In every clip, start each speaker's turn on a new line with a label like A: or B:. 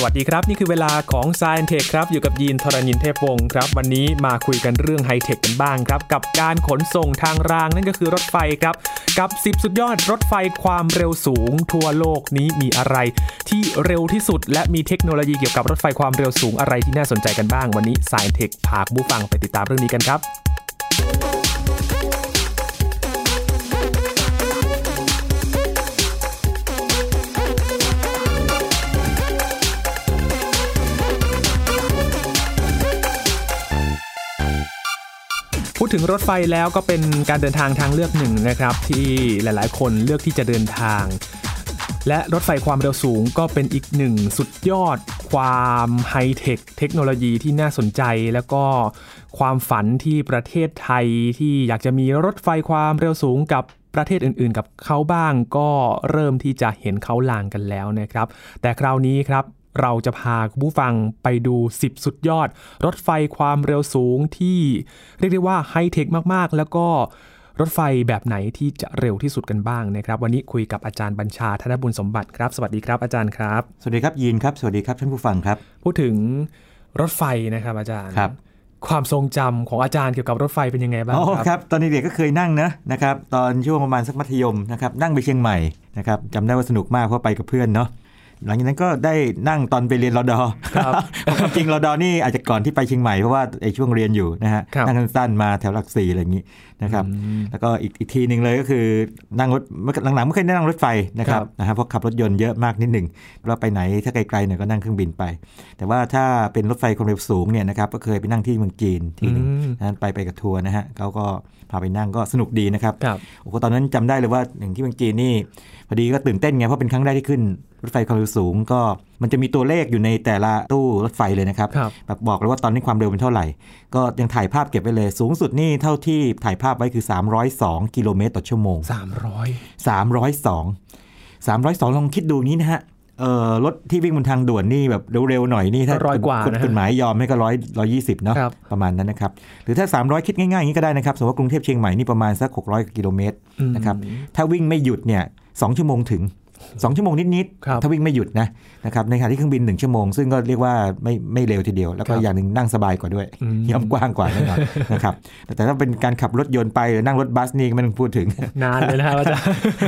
A: สวัสดีครับ นี่คือเวลาของ s ซ i e n t e c h ครับ อยู่กับยีนทรณินเทพวงศ์ครับ วันนี้มาคุยกันเรื่องไฮเทคกันบ้างครับ กับการขนส่งทางรางนั่นก็คือรถไฟครับ กับ 10 สุดยอดรถไฟความเร็วสูง ทั่วโลกนี้มีอะไร ที่เร็วที่สุด และมีเทคโนโลยีเกี่ยวกับรถไฟความเร็วสูงอะไรที่น่าสนใจกันบ้าง วันนี้ s ซ i e n t e c h พาคุณผู้ฟังไปติดตามเรื่องนี้กันครับ พูดถึงรถไฟแล้วก็เป็นการเดินทางทางเลือกหนึ่งนะครับ ที่หลายๆ คนเลือกที่จะเดินทาง และรถไฟความเร็วสูงก็เป็นอีกหนึ่งสุดยอด ความไฮเทคเทคโนโลยีที่น่าสนใจ แล้วก็ความฝันที่ประเทศไทยที่อยากจะมีรถไฟความเร็วสูงกับประเทศอื่นๆ กับเขาบ้างก็เริ่มที่จะเห็นเขาลางกันแล้วนะครับ แต่คราวนี้ครับ เราจะพาคุณผู้ฟังไปดู 10 สุดยอด รถไฟความเร็วสูงที่เรียกได้ว่าไฮเทคมากๆ แล้วก็รถไฟแบบไหนที่จะเร็วที่สุดกันบ้างนะครับ วันนี้คุยกับอาจารย์บัญชาธนบุญสมบัติครับ สวัสดีครับอาจารย์ครับ
B: สวัสดีครับยีนครับ สวัสดีครับท่านผู้ฟังครับ
A: พูดถึงรถไฟนะครับอาจารย์
B: ครับ
A: ความทรงจำของอาจารย์เกี่ยวกับรถไฟเป็นยังไงบ้าง
B: อ๋อ
A: ค
B: ครับ รับตอนเด็กๆก็เคยนั่งนะนะครับตอนช่วงประมาณสักมัธยมนะครับนั่งไปเชียงใหม่นะครับจำได้ว่าสนุกมากเพราะไปกับเพื่อนเนาะหลังจากนั้นก็ได้นั่งตอนไปเรียนรอดอ
A: ครับ
B: ความจริงรอดอนี่อาจจะก่อนที่ไปเชียงใหม่เพราะว่าไอ้ช่วงเรียนอยู่นะฮะ
A: ครับ
B: นั่งสั้นๆมาแถวหลักสี่อะไรอย่างนี้นะครับแล้วก็อีกอีกทีหนึ่งเลยก็คือนั่งรถหลังๆไม่เคยได้นั่งรถไฟนะครับนะฮะเพราะขับรถยนต์เยอะมากนิดหนึ่งเราไปไหนถ้าไกลๆหน่อยก็นั่งเครื่องบินไป แต่ว่าถ้าเป็นรถไฟความเร็วสูงเนี่ยนะครับก็เคยไปนั่งที่เมืองจีนทีหนึ่ง
A: อืม
B: นั้นไปไปกับทัวร์นะฮะเขาก็พาไปนั่งก็สนุกดีนะครับ
A: ครับ
B: โอ้โหตอนนั้นจำได้เลยว่าอย่างที่เมืองจีนนี่พอดีก็ตื่นเต้นไงเพราะเป็นครั้งแรกที่ขึ้นรถไฟความเร็วสูง ก็มันจะมีตัวเลขอยู่ในแต่ละตู้รถไฟเลยนะครับ
A: ครับ
B: แบบบอกเลยว่าตอนนี้ความเร็วเป็นเท่าไหร่ ก็ยังถ่ายภาพเก็บไว้เลย สูงสุดนี่เท่าที่ถ่ายภาพไว้คือ 302 กิโลเมตรต่อชั่วโมง
A: 300
B: 302 302 ลองคิดดูนี้นะฮะเอ่อรถที่วิ่งบนทางด่วนนี่แบบเร็วๆหน่อยนี่ถ้า
A: ร้อยกว่านะฮะ
B: ฎฎหมายยอมให้ก็ร้อยร้อยยี่สิบเนาะ
A: ครับ
B: ประมาณนั้นนะครับ หรือถ้า 300 คิดง่ายๆอย่างนี้ก็ได้นะครับ สมมติว่ากรุงเทพเชียงใหม่นี่ประมาณสัก 600กิโลเมตรนะครับถ้าวิ่งไม่หยุดเนี่ยสองชั่วโมงถึง 2 ชั่วโมงนิด
A: ครับ
B: ๆ ถ้าวิ่งไม่หยุดนะนะครับในขณะที่เครื่องบิน 1 ชั่วโมง ซึ่งก็เรียกว่าไม่ไม่เร็วทีเดียว แล้วก็
A: ครับ
B: อย่างหนึ่งนั่งสบายกว่าด้วย
A: อืม
B: ย่อมกว้างกว่าแน่นอนนะครับแต่ถ้าเป็นการขับรถยนต์ไปหรือนั่งรถบัสนี่ก็ไม่ต้องพูดถึง
A: นานเลยนะครับอาจารย์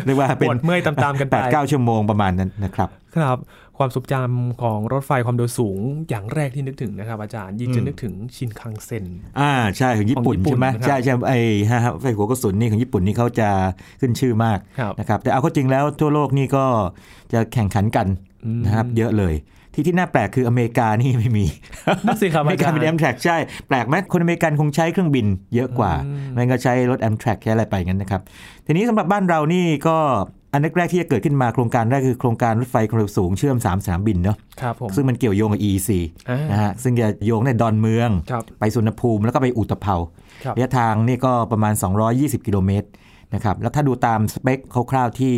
B: เรียกว่าเป็น
A: ปวดเมื่อยตามๆกันไป
B: แปดเก้าชั่วโมงประมาณนั้นนะครับ
A: ครับความทรงจำของรถไฟความเร็วสูงอย่างแรกที่นึกถึงนะครับ อาจารย์ยิ่งจะนึกถึงชินคังเซ็น
B: อ่าใช่ของญี่ปุ่น
A: ของญี่ปุ่น
B: ใช่ไหม
A: นะครับ
B: ใช่ใช่ไอ้ฮะฮะไฟหัวกระสุนนี่ของญี่ปุ่นนี่เขาจะขึ้นชื่อมาก
A: ครับ
B: นะครับแต่เอาเข้าจริงแล้วทั่วโลกนี่ก็จะแข่งขันกัน
A: อืม
B: นะครับเยอะเลย ที่ที่น่าแปลกคืออเมริกานี่ไม่มี
A: นั่นสิครับ
B: อเม
A: อา
B: ริกา
A: จารย์
B: เป็นแอมแทร็กใช่ แปลกไหมคนอเมริกันคงใช้เครื่องบินเยอะกว่า
A: อืม
B: มันก็ใช้รถแอมแทร็กใช้อะไรไปงั้นนะครับทีนี้สำหรับบ้านเรานี่ก็อันแรกๆที่จะเกิดขึ้นมาโครงการแรกคือโครงการรถไฟความเร็วสูงเชื่อมสามสนามบินเนาะ
A: ครับผม
B: ซึ่งมันเกี่ยวโยงกับ EEC
A: อ่าน
B: นะฮะ ซึ่งจะโยงในดอนเมือง
A: ครับ
B: ไปสุวรรณภูมิ แล้วก็ไปอุตภเปา
A: ครับ
B: ระยะทางนี่ก็ประมาณ 220 กิโลเมตรนะครับ แล้วถ้าดูตามสเปคคร่าวๆที่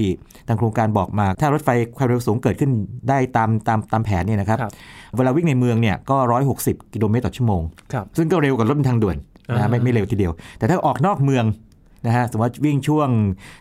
B: ทางโครงการบอกมา ถ้ารถไฟความเร็วสูงเกิดขึ้นได้ตามตามตามแผนเนี่ยนะครับ
A: ครับ
B: เวลาวิ่งในเมืองเนี่ยก็ 160 กิโลเมตรต่อชั่วโมง
A: ครับ
B: ซึ่งก็เร็วกว่ารถบนทางด่วนนะ
A: อ่า
B: ฮะไม่ไม่เร็วทีเดียว แต่ถ้าออกนอกเมืองนะฮะสมมติว่าวิ่งช่วง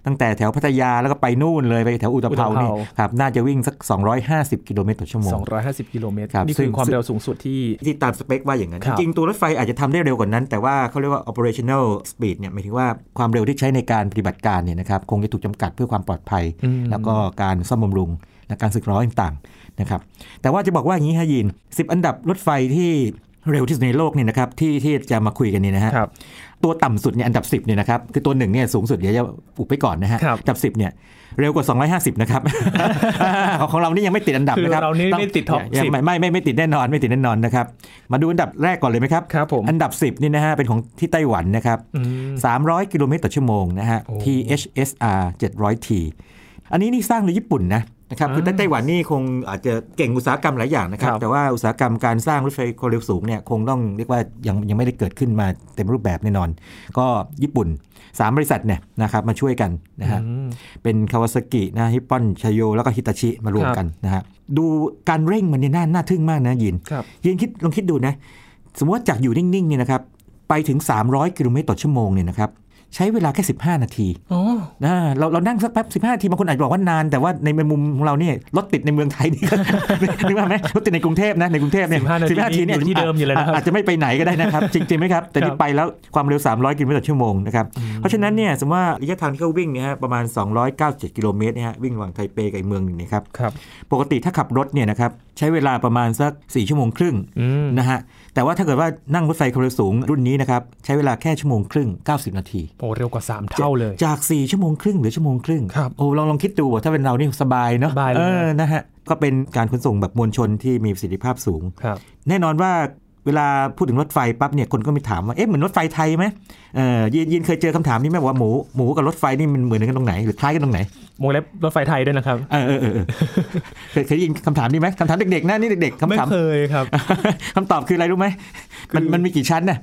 B: ตั้งแต่แถวพัทยาแล้วก็ไปนู่นเลยไปแถวอุตภเปานี่
A: อุตภเปา
B: ครับน่าจะวิ่งสัก 250 กิโลเมตรต่อชั่วโมง
A: 250 กิโลเมตร
B: ครับ
A: นี่คื
B: ซึ่
A: อง ความเร็วสูงสุดที่
B: ที่ตามสเปคว่าอย่างนั้น
A: ครับ
B: จริงๆ ตัวรถไฟอาจจะทำได้เร็วกว่านั้น แต่ว่าเขาเรียกว่า operational speed เนี่ยหมายถึงว่าความเร็วที่ใช้ในการปฏิบัติการเนี่ยนะครับคงจะถูกจำกัดเพื่อความปลอดภัย แล้วก็การซ่อมบำรุงและการสึกหรอต่างๆนะครับแต่ว่าจะบอกว่าอย่างนี้ฮะยิน 10 อันดับรถไฟที่เร็วที่สุดในโลกเนี่ยนะครับที่ที่จะมาคุยกันเนี่ยนะฮะ
A: ครับ
B: ตัวต่ำสุดเนี่ยอันดับ 10เนี่ยนะครับคือตัวหนึ่งเนี่ยสูงสุดเดี๋ยวจะอุบไปก่อนนะฮะ
A: ครับ
B: อันดับ 10เนี่ยเร็วกว่า 250 นะครับ ของของเรานี่ยังไม่ติดอันดับนะครับ
A: คือเรานี่
B: ง
A: ไม่ติด top
B: ยัง
A: 10
B: ไม่ไม่ไม่ไม่ติดแน่นอนไม่ติดแน่นอนนะครับมาดูอันดับแรกก่อนเลยไหมครับ
A: ครับผม
B: อันดับ 10นี่นะฮะเป็นของที่ไต้หวันนะครับ 300 กิโลเมตรต่อชั่วโมงนะฮะ
A: โอ้
B: THSR 700T อันนี้นี่สร้างโดยญี่ปุ่นนะนะครับคือ
A: อ่า
B: ไต้หวันนี่คงอาจจะเก่งอุตสาหกรรมหลายอย่างนะครับ
A: ครับ
B: แต่ว่าอุตสาหกรรมการสร้างรถไฟความเร็วสูงเนี่ยคงต้องเรียกว่ายังยังไม่ได้เกิดขึ้นมาเต็มรูปแบบแน่นอน ก็ญี่ปุ่น 3 บริษัทเนี่ยนะครับมาช่วยกันนะฮะ
A: อืม
B: เป็นคาวาซากินะฮิปปอนชโย แล้วก็ฮิตาชิมารวมกันนะฮะดูการเร่งมันเนี่ยน่าน่าทึ่งมากนะยิน
A: ครับ
B: ยินคิดลองคิดดูนะ สมมติว่าจากอยู่นิ่งๆเนี่ยนะครับไปถึง 300 กิโลเมตรต่อชั่วโมงเนี่ยนะครับ ใช้เวลาแค่ 15 นาที
A: อ๋อ
B: นะเราเรานั่งสักแป๊บ15นาทีบางคนอาจจะบอกว่านาน แต่ว่าในมุมของเราเนี่ยรถติดในเมืองไทยนี่ก็ นึกว่าไหมรถติดในกรุงเทพนะในกรุงเทพเนี่ย
A: 15นาที
B: เนี่ย
A: อยู่ที่เดิมอยู่เลยนะครับ
B: อาจจะไม่ไปไหนก็ได้ นะครับ จริงๆไหมครับ แต่
A: ค
B: นี่
A: รับ
B: ไปแล้วความเร็ว 300กิโลเมตรต่อชั่วโมงนะครับเพราะฉะนั้นเนี่ยสมมติว่าระยะทางที่เขาวิ่งเนี่ยฮะประมาณ 297กิโลเมตรเนี่ยฮะวิ่งระหว่างไทเปกับอีกเมืองหนึ่งเนะครับ
A: ครับ
B: ปกติถ้าขับรถเนี่ยนะครับใช้เวลาประมาณสัก 4 ชั่วโมงครึ่ง
A: อืม
B: นะฮะแต่ว่าถ้าเกิดว่านั่งรถไฟความเร็วสูงรุ่นนี้นะครับใช้เวลาแค่ชั่วโมงครึ่ง 90 นาที
A: โอ้เร็วกว่า 3 เท่าเลย
B: จาก 4 ชั่วโมงครึ่งเหรือชั่วโมงครึ่ง
A: ครับ
B: โอ้ลองลองคิดดูว่าถ้าเป็นเรานี่สบายเนาะ
A: สบายเลย
B: ออนะฮะก็เป็นการขนส่งแบบมวลชนที่มีประสิทธิภาพสูง
A: ครับ
B: แน่นอนว่าเวลาพูดถึงรถไฟปั๊บเนี่ยคนก็มีถามว่าเอ๊ะเหมือนรถไฟไทยไหมเออยินยินเคยเจอคำถามนี้ไหมว่าหมูหมูกับรถไฟนี่มันเหมือนกันตรงไหนหรือคล้ายกันตรงไหน
A: วงเล็บรถไฟไทยด้วยนะครับ
B: เออเออเออเออเคยเคยได้ยินคำถามนี้ไหมคำถามเด็กๆนะนี่เด็กๆ
A: ไม่
B: คำถาม
A: เคยครับ
B: คำตอบคืออะไรรู้ไหมมันมันมีกี่ชั้นน่ะ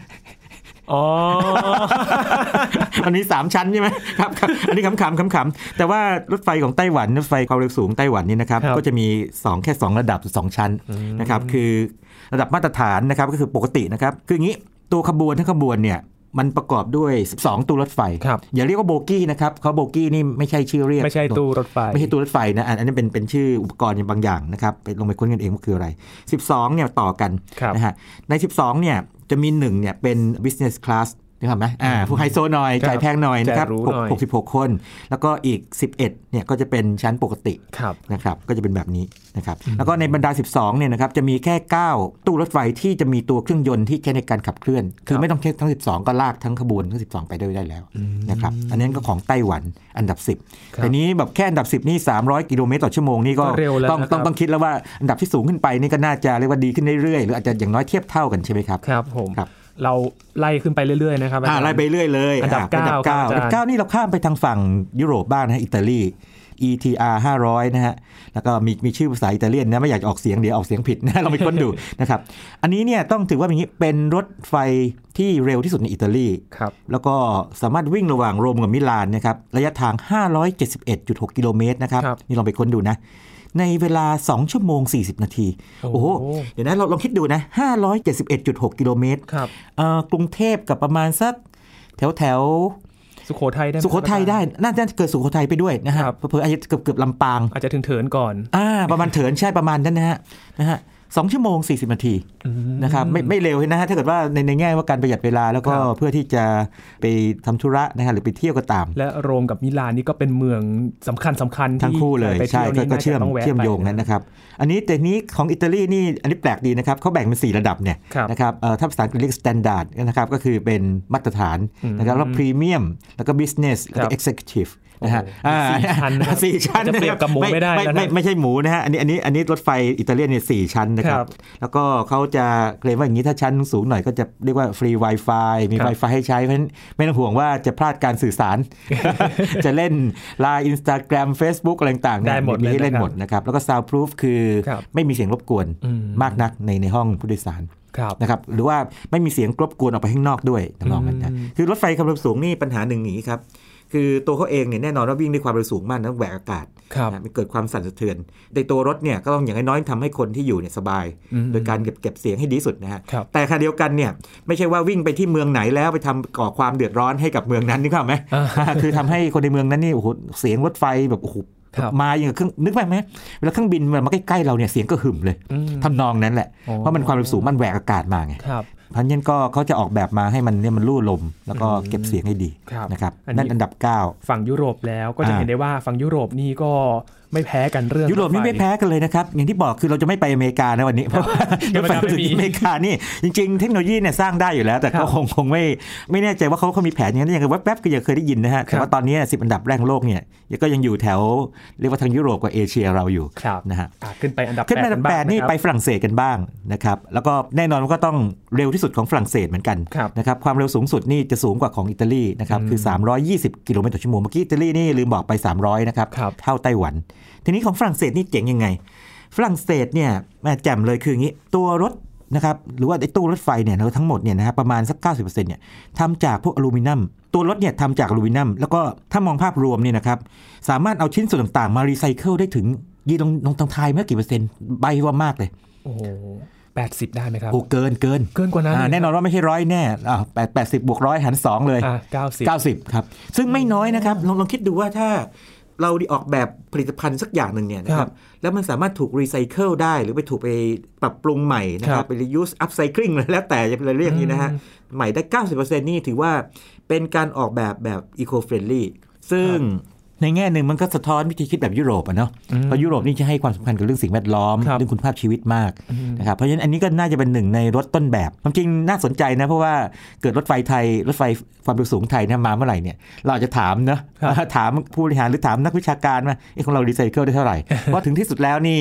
A: อ๋อ
B: มันมีสามชั้นใช่ไหมครับครับอันนี้ขำๆขำๆแต่ว่ารถไฟของไต้หวันรถไฟความเร็วสูงไต้หวันนี่นะครับ
A: ครับ
B: ก็จะมีสองแค่สองระดับสองชั้นนะครับคือระดับมาตรฐานนะครับก็คือปกตินะครับคืออย่างนี้ตัวขบวนทั้งขบวนเนี่ยมันประกอบด้วย 12 ตู้รถไฟ
A: ครับ
B: อย่าเรียกว่าโบกี้นะครับเขาโบกี้นี่ไม่ใช่ชื่อเรียก
A: ไม่ใช่ตู้รถไฟ
B: ไม่ใช่ตัวรถไฟนะอันอันนี้เป็นเป็นชื่ออุปกรณ์บางอย่างนะครับไปลงไปค้นกันเองว่าคืออะไร 12เนี่ยต่อกัน
A: ครับ
B: นะฮะใน 12เนี่ยจะมี1เนี่ยเป็น business class นึกภาพไหมอ่าผู้ไฮโซหน่อย
A: ครับ
B: จ่ายแพงหน่อยนะครับ
A: จ่ายหรูหน่อย
B: หกสิบหกคน แล้วก็อีก 11เนี่ยก็จะเป็นชั้นปกติ
A: ครับ
B: นะครับก็จะเป็นแบบนี้นะครับแล้วก็ในบรรดา 12เนี่ยนะครับจะมีแค่ 9 ตู้รถไฟที่จะมีตัวเครื่องยนต์ที่ใช้ในการขับเคลื่อน คื
A: ครั
B: อบ ไม่ต้องใช้ทั้ง 12 ก็ลากทั้งขบวนทั้ง 12 ไปด้วยได้แล้วนะครับอันนั้นก็ของไต้หวันอันดับ 10
A: ครับ
B: แต่นี้แบบแค่อันดับ 10 นี่ 300 กิโลเมตรต่อชั่วโมงนี่ก็
A: ก็เร็วแล้ว
B: ต้อง
A: นะครับ
B: ต้องต้องคิดแล้วว่าอันดับที่สูงขึ้นไปนี่ก็น่าจะเรียกว่าดีขึ้นเรื่อยๆ หรืออาจจะอย่างน้อยเทียบเท่ากันใช่ไหมครับ
A: ครับผม
B: ครับ
A: เราไล่ขึ้นไปเรื่อยๆนะครับ
B: อ่า
A: จารย์
B: ไล่ไปเรื่อยเลย
A: อันดับ
B: ะ
A: เก้า
B: เก้า
A: ครับอาจารย์
B: อันดับเก้านี่เราข้ามไปทางฝั่งยุโรปบ้างนะฮะอิตาลี ETR 500 นะฮะ แล้วก็มีมีชื่อภาษาอิตาเลียนนะ ไม่อยากจะออกเสียงเดี๋ยวออกเสียงผิดนะ เราไปค้นดูนะครับ อันนี้เนี่ยต้องถือว่าอย่างนี้เป็นรถไฟที่เร็วที่สุดในอิตาลี
A: ครับ
B: แล้วก็สามารถวิ่งระหว่างโรมกับมิลานนะครับระยะทาง 571.6 กิโลเมตรนะครับ
A: ครับ
B: นี่ลองไปค้นดูนะ ในเวลา 2 ชั่วโมง 40 นาที
A: โอ้
B: โอ้
A: โห
B: โห เดี๋ยวนะเราลองคิดดูนะ 571.6 กิโลเมตร
A: ครับ
B: เอ่อกรุงเทพกับประมาณสักแถวแถว
A: สุโขทัยได้ไหม
B: ๆสุโขทัยได้ น่าจะเกิดสุโขทัยไปด้วยนะฮะ
A: ครับ
B: เพิ่อาจจะเกือบเกือบๆลำปาง
A: อาจจะถึงเถินก่อน
B: อ่าประมาณเถินใช่ประมาณนั้นนะฮะนะฮะสองชั่วโมง 40 นาที นะครับไม่ไม่เร็วนะฮะถ้าเกิดว่าในในแง่ว่าการประหยัดเวลาแล้วก็
A: ครับ
B: เพื่อที่จะไปทำธุระนะฮะหรือไปเที่ยวก็ตาม
A: และโรมกับมิลานนี่ก็เป็นเมืองสำคัญสำคัญ
B: ทั้งคู่เลย
A: ไป
B: ใช่
A: ที่ว
B: ก็
A: นี่
B: ก็
A: น่าจะ
B: เชื่อม
A: ต้แวะ
B: เชื่อมโยง
A: ไป
B: กันนะครับ อันนี้แต่นี้ของอิตาลีนี่อันนี้แปลกดีนะครับเขาแบ่งเป็น 4 ระดับเนี่ย
A: ครับ
B: นะครับเอ่อถ้าภาษาอังกฤษเรียก standard นะครับก็คือเป็นมาตรฐานนะครับแล้ว premium แล้วก็ business แล้ว
A: ครั
B: ก็
A: บ
B: executive นะฮะ
A: โอ้โหสี่ชั้นนะครับ
B: สี่ชั้น
A: จะเปรียบกับหมูไม่ได้แล้วนะ
B: ไม่ไม่ใช่หมูนะฮะอันนี้อันนี้อันนี้รถไฟอิตาเลียนเนี่ยสี่ชั้นนะค
A: ค
B: รั
A: รับ บ
B: แล้วก็เขาจะเคลมว่าอย่างนี้ถ้าชั้นสูงหน่อยก็จะเรียกว่าฟรี Wi-Fi มี
A: ครับ
B: Wi-Fi ให้ใช้เพราะฉะนั้นไม่ต้องห่วงว่าจะพลาดการสื่อ สาร จะเล่น Line Instagram Facebook อะไรต่างๆ
A: ได้หมดเลย
B: ให้เล่น
A: นะครับ
B: หมดนะครับ แล้วก็ soundproof คือ
A: ครับ
B: ไม่มีเสียงรบกวน
A: อืม
B: มากนักในในห้องผู้โดยสาร
A: ครับ
B: นะครับหรือว่าไม่มีเสียงรบกวนออกไปข้างนอกด้วยทำนองนั้นนะ
A: อืม
B: คือรถไฟความเร็วสูงนี่ปัญหาหนึ่งอย่างนี้ครับ คือตัวเขาเองเนี่ยแน่นอนว่าวิ่งด้วยความเร็วสูงมากนะแหวกอากาศ
A: ครับ
B: นะมันเกิดความสั่นสะเทือนในตัวรถเนี่ยก็ต้องอย่างน้อยๆทำให้คนที่อยู่เนี่ยสบาย
A: อืม
B: โดยการเก็บเก็บเสียงให้ดีที่สุดนะฮะ
A: ครับ
B: แต่ขณะเดียวกันเนี่ยไม่ใช่ว่าวิ่งไปที่เมืองไหนแล้วไปทำก่อความเดือดร้อนให้กับเมืองนั้นนึกภาพไหม
A: อ่า
B: คือทำให้คนในเมืองนั้นนี่โอ้โหเสียงรถไฟแบบโอ้โห
A: ครับ
B: มาอย่างกับเครื่องนึกไปไหมเวลาเครื่องบินมันมาใกล้ๆเราเนี่ยเสียงก็หึ่มเลย
A: อืม
B: ทำนองนั้นแหละ
A: อ๋อ
B: เพราะมันความเร็วสูงมันแหวกอากาศมาไง
A: ครับ
B: เพราะฉะนั้นก็เขาจะออกแบบมาให้มันเนี่ยมันลู่ลม แล้วก็เก็บเสียงให้ดี
A: ครับ
B: นะครับ
A: อันนี้
B: นั่นอันดับเก้า
A: ฝั่งยุโรปแล้วก็จะ
B: อ่า
A: เห็นได้ว่าฝั่งยุโรปนี่ก็ไม่แพ้กันเรื่อง
B: ยุโรปนี่
A: ถฟ
B: ไม่แพ้กันเลยนะครับ อย่างที่บอกคือเราจะไม่ไปอเมริกานะวันนี้เพราะว่า
A: เดี๋ยว
B: รถไฟ
A: มันจะไม่มี
B: อเมริกานี่จริง ๆ เทคโนโลยีเนี่ยสร้างได้อยู่แล้ว แต่
A: ครั
B: ก็
A: บ
B: คงคงไม่ไม่แน่ใจว่าเขาเขามีแผนอย่างนั้นอย่างแวบๆก็ยังเคยได้ยินนะฮะ
A: ครั
B: แต่
A: บ
B: ว่าตอนนี้สิบอันดับแรกของโลกเนี่ยก็ยังอยู่แถวเรียกว่าทางยุโรปกับเอเชียเราอยู่
A: ครับ
B: นะฮะ
A: อ่ะขึ้นไปอันดับ
B: ขึ้นมาอันดับแปดนี่ไป
A: บ้างะครับ
B: ฝรั่งเศสกันบ้างนะครับแล้วก็แน่นอนว่าก็ต้องเร็วที่สุดของฝรั่งเศสเหมือนกัน
A: ครับ
B: นะครับความเร็วสูงสุดนี่จะสูงกว่าของอิตาลีนะครับคือ 320 กิโลเมตรต่อชั่วโมงเมื่อกี้อิตาลีนี่ลืมบอกไป 300นะครับ
A: ครับ
B: เท่าไต้หวัน ทีนี้ของฝรั่งเศสนี่เจ๋งยังไง ฝรั่งเศสเนี่ยแม่แจ่มเลยคืออย่างนี้ ตัวรถนะครับหรือว่าไอ้ตู้รถไฟเนี่ยทั้งหมดเนี่ยนะครับประมาณสัก 90%เนี่ยทำจากพวกอลูมิเนียมตัวรถเนี่ยทำจากอลูมิเนียมแล้วก็ถ้ามองภาพรวมเนี่ยนะครับสามารถเอาชิ้นส่วนต่างๆ มารีไซเคิลได้ถึงยีลองลองทางทายเมื่อกี่เปอร์เซ็นต์ใบว่ามากเลย
A: โอ้โห 80 ได้ไหมครับ
B: โอ้เกินเกิน
A: เกินกว่านั้น
B: อ่าแน่นอนว่าไม่ใช่ร้อยแน่อ่าแปดแปดสิบบวกร้อยหารสองเลย
A: อ่ะ90
B: 90 ครับ ซึ่งไม่น้อยนะครับ ลองลองคิดดูว่าถ้าเราได้ออกแบบผลิตภัณฑ์สักอย่างหนึ่งเนี่ยนะค
A: ครั
B: รั
A: บบ
B: แล้วมันสามารถถูกรีไซเคิลได้ หรือไปถูกไปปรับปรุงใหม่นะค
A: ครั
B: รั
A: บบ
B: ไป reuse upcycling อะไรแล้วแต่จะเป็นอะไรเรียกอย่างนี้นะฮะ
A: อืม
B: ใหม่ได้ 90%นี่ถือว่าเป็นการออกแบบแบบ eco friendly ซึ่งในแง่หนึ่งมันก็สะท้อนวิธีคิดแบบยุโรปอะเนาะ
A: อืม
B: เพราะยุโรปนี่จะให้ความสำคัญกับเรื่องสิ่งแวดล้อม
A: ครับ
B: เรื่องคุณภาพชีวิตมาก
A: อืม
B: นะครับเพราะฉะนั้นอันนี้ก็น่าจะเป็นหนึ่งในรถต้นแบบความจริงน่าสนใจนะ เพราะว่าเกิดรถไฟไทย รถไฟความเร็วสูงไทยเนะมาเมื่อไหร่เนี่ยเราอาจจะถามนะ
A: ครับ
B: ถามผู้บริหารหรือถามนักวิชาการว่าเอ้ของเรารีไซเคิลได้เท่าไหร่ เพราะถึงที่สุดแล้วนี่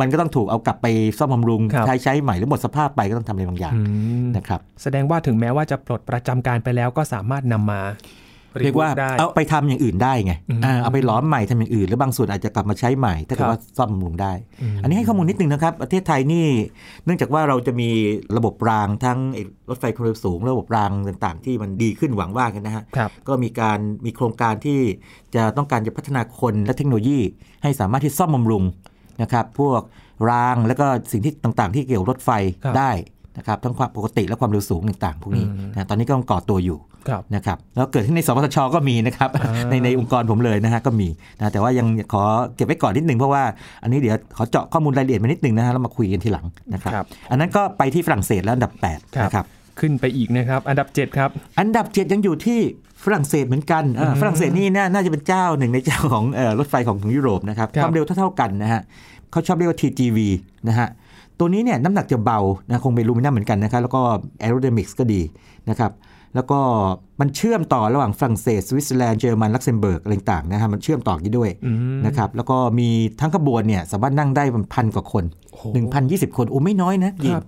B: มันก็ต้องถูกเอากลับไปซ่อมบำรุง
A: ครับ
B: ใช้ใช้ใหม่หรือหมดสภาพไปก็ต้องทำอะไรบางอย่าง
A: อืม
B: นะครับ
A: แสดงว่าถึงแม้ว่าจะปลดประจำการไปแล้วก็สามารถนำมา
B: เรียกว่า
A: reboot ได้
B: เอาไปทำอย่างอื่นได้ไง
A: อืม
B: อ่าเอาไปหล้อมใหม่ทำอย่างอื่นหรือบางส่วนอาจจะกลับมาใช้ใหม่ถ้า
A: ค
B: เกิ
A: รั
B: ด
A: บ
B: ว่าซ่อมบำรุงได้
A: ม
B: อันนี้ให้ข้อมูลนิดนึงนะครับ ประเทศไทยนี่เนื่องจากว่าเราจะมีระบบรางทั้งไอ้รถไฟความเร็วสูง ระบบรางต่างๆ ที่มันดีขึ้นหวังว่ากันนะฮะ
A: ครับ
B: ก็มีการมีโครงการที่จะต้องการจะพัฒนาคนและเทคโนโลยี ให้สามารถที่ซ่อมบำรุงนะครับพวกรางแล้วก็สิ่งที่ต่างๆ ที่เกี่ยวรถไฟ
A: ครับ
B: ได้นะครับทั้งความปกติและความเร็วสูงต่างๆ พวกนี้
A: อืม
B: นะตอนนี้ก็ก่อตัวอยู่
A: ครับ
B: นะครับแล้วเกิดขึ้นในสปสชก็มีนะครับ
A: อ่า
B: ในในองค์กรผมเลยนะฮะก็มีนะแต่ว่ายังขอเก็บไว้ก่อนนิดนึงเพราะว่าอันนี้เดี๋ยวขอเจาะข้อมูลรายละเอียดมานิดนึงนะฮะแล้วมาคุยกันทีหลังนะครับ
A: ครับ
B: อันนั้นก็ไปที่ฝรั่งเศสแล้วอันดับ
A: ครั
B: 8
A: บ
B: นะครับ
A: ขึ้นไปอีกนะครับ อันดับ 7 ครับ
B: อันดับ 7 ยังอยู่ที่ฝรั่งเศสเหมือนกันอ่า
A: อืม
B: ฝรั่งเศสนี่น่าน่าจะเป็นเจ้าหนึ่งในเจ้าของเอ่อรถไฟของของยุโรปนะครับ
A: ครับ
B: ความเร็วเท่าๆกันนะฮะเขาชอบเรียกว่า TGV นะฮะตัวนี้เนี่ยน้ำหนักจะเบานะคงเป็นลูมิเนียมเหมือนกันนะครับแล้วก็แอโรไดมิกส์ก็ดีนะครับ แล้วก็มันเชื่อมต่อระหว่างฝรั่งเศสสวิตเซอร์แลนด์เยอรมันลักเซมเบิร์กอะไรต่างๆนะฮะมันเชื่อมต่อกันด้วย
A: อืม
B: นะครับแล้วก็มีทั้งขบวนเนี่ยสามารถนั่งได้ประมาณพันกว่าคน
A: โอ้โห
B: 1,020 คนโอ้ไม่น้อยนะยิ
A: ครั
B: น
A: บ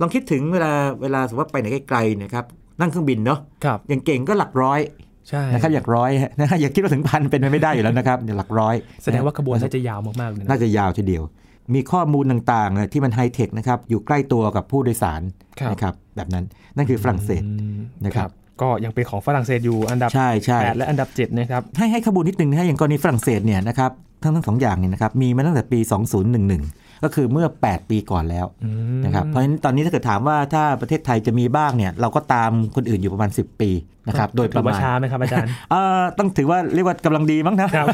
B: ลองคิดถึงเวลาเวลาสมมติว่าไปไหนไกลๆนะครับนั่งเครื่องบินเนาะ
A: ครับ
B: อย่างเก่งก็หลักร้อย
A: ใช่
B: นะครับอยากร้อยนะฮะอยากคิดว่าถึงพันเป็นไปไม่ได้อยู่แล้วนะครับหลักร้อย
A: แสดงว่าขบวนน่าจะยาวมากๆเลยนะ
B: น่าจะยาวทีเดียว มีข้อมูลต่างๆนะที่มันไฮเทคนะครับอยู่ใกล้ตัวกับผู้โดยสารนะครับแบบนั้นนั่นคือฝรั่งเศส
A: อืม
B: นะครับ
A: ก็ยังเป็นของฝรั่งเศสอยู่อันดับ
B: ใช่ใช่
A: แปดและอันดับ 7 นะครับ
B: ให้ให้ข้อมูลนิดนึงนะฮะอย่างกรณีฝรั่งเศสเนี่ยนะครับทั้งทั้งสองอย่างเนี่ยนะครับมีมาตั้งแต่ปี 2011 ก็คือเมื่อ 8 ปีก่อนแล้ว
A: อืม
B: นะครับเพราะฉะนั้นตอนนี้ถ้าเกิดถามว่าถ้าประเทศไทยจะมีบ้างเนี่ยเราก็ตามคนอื่นอยู่ประมาณ 10 ปีนะครับโดยป
A: ถื
B: ระ
A: อว่า
B: มาณ
A: ช้าไหมครับอาจารย์
B: เอ่อต้องถือว่าเรียกว่ากำลังดีมั้งนะครับ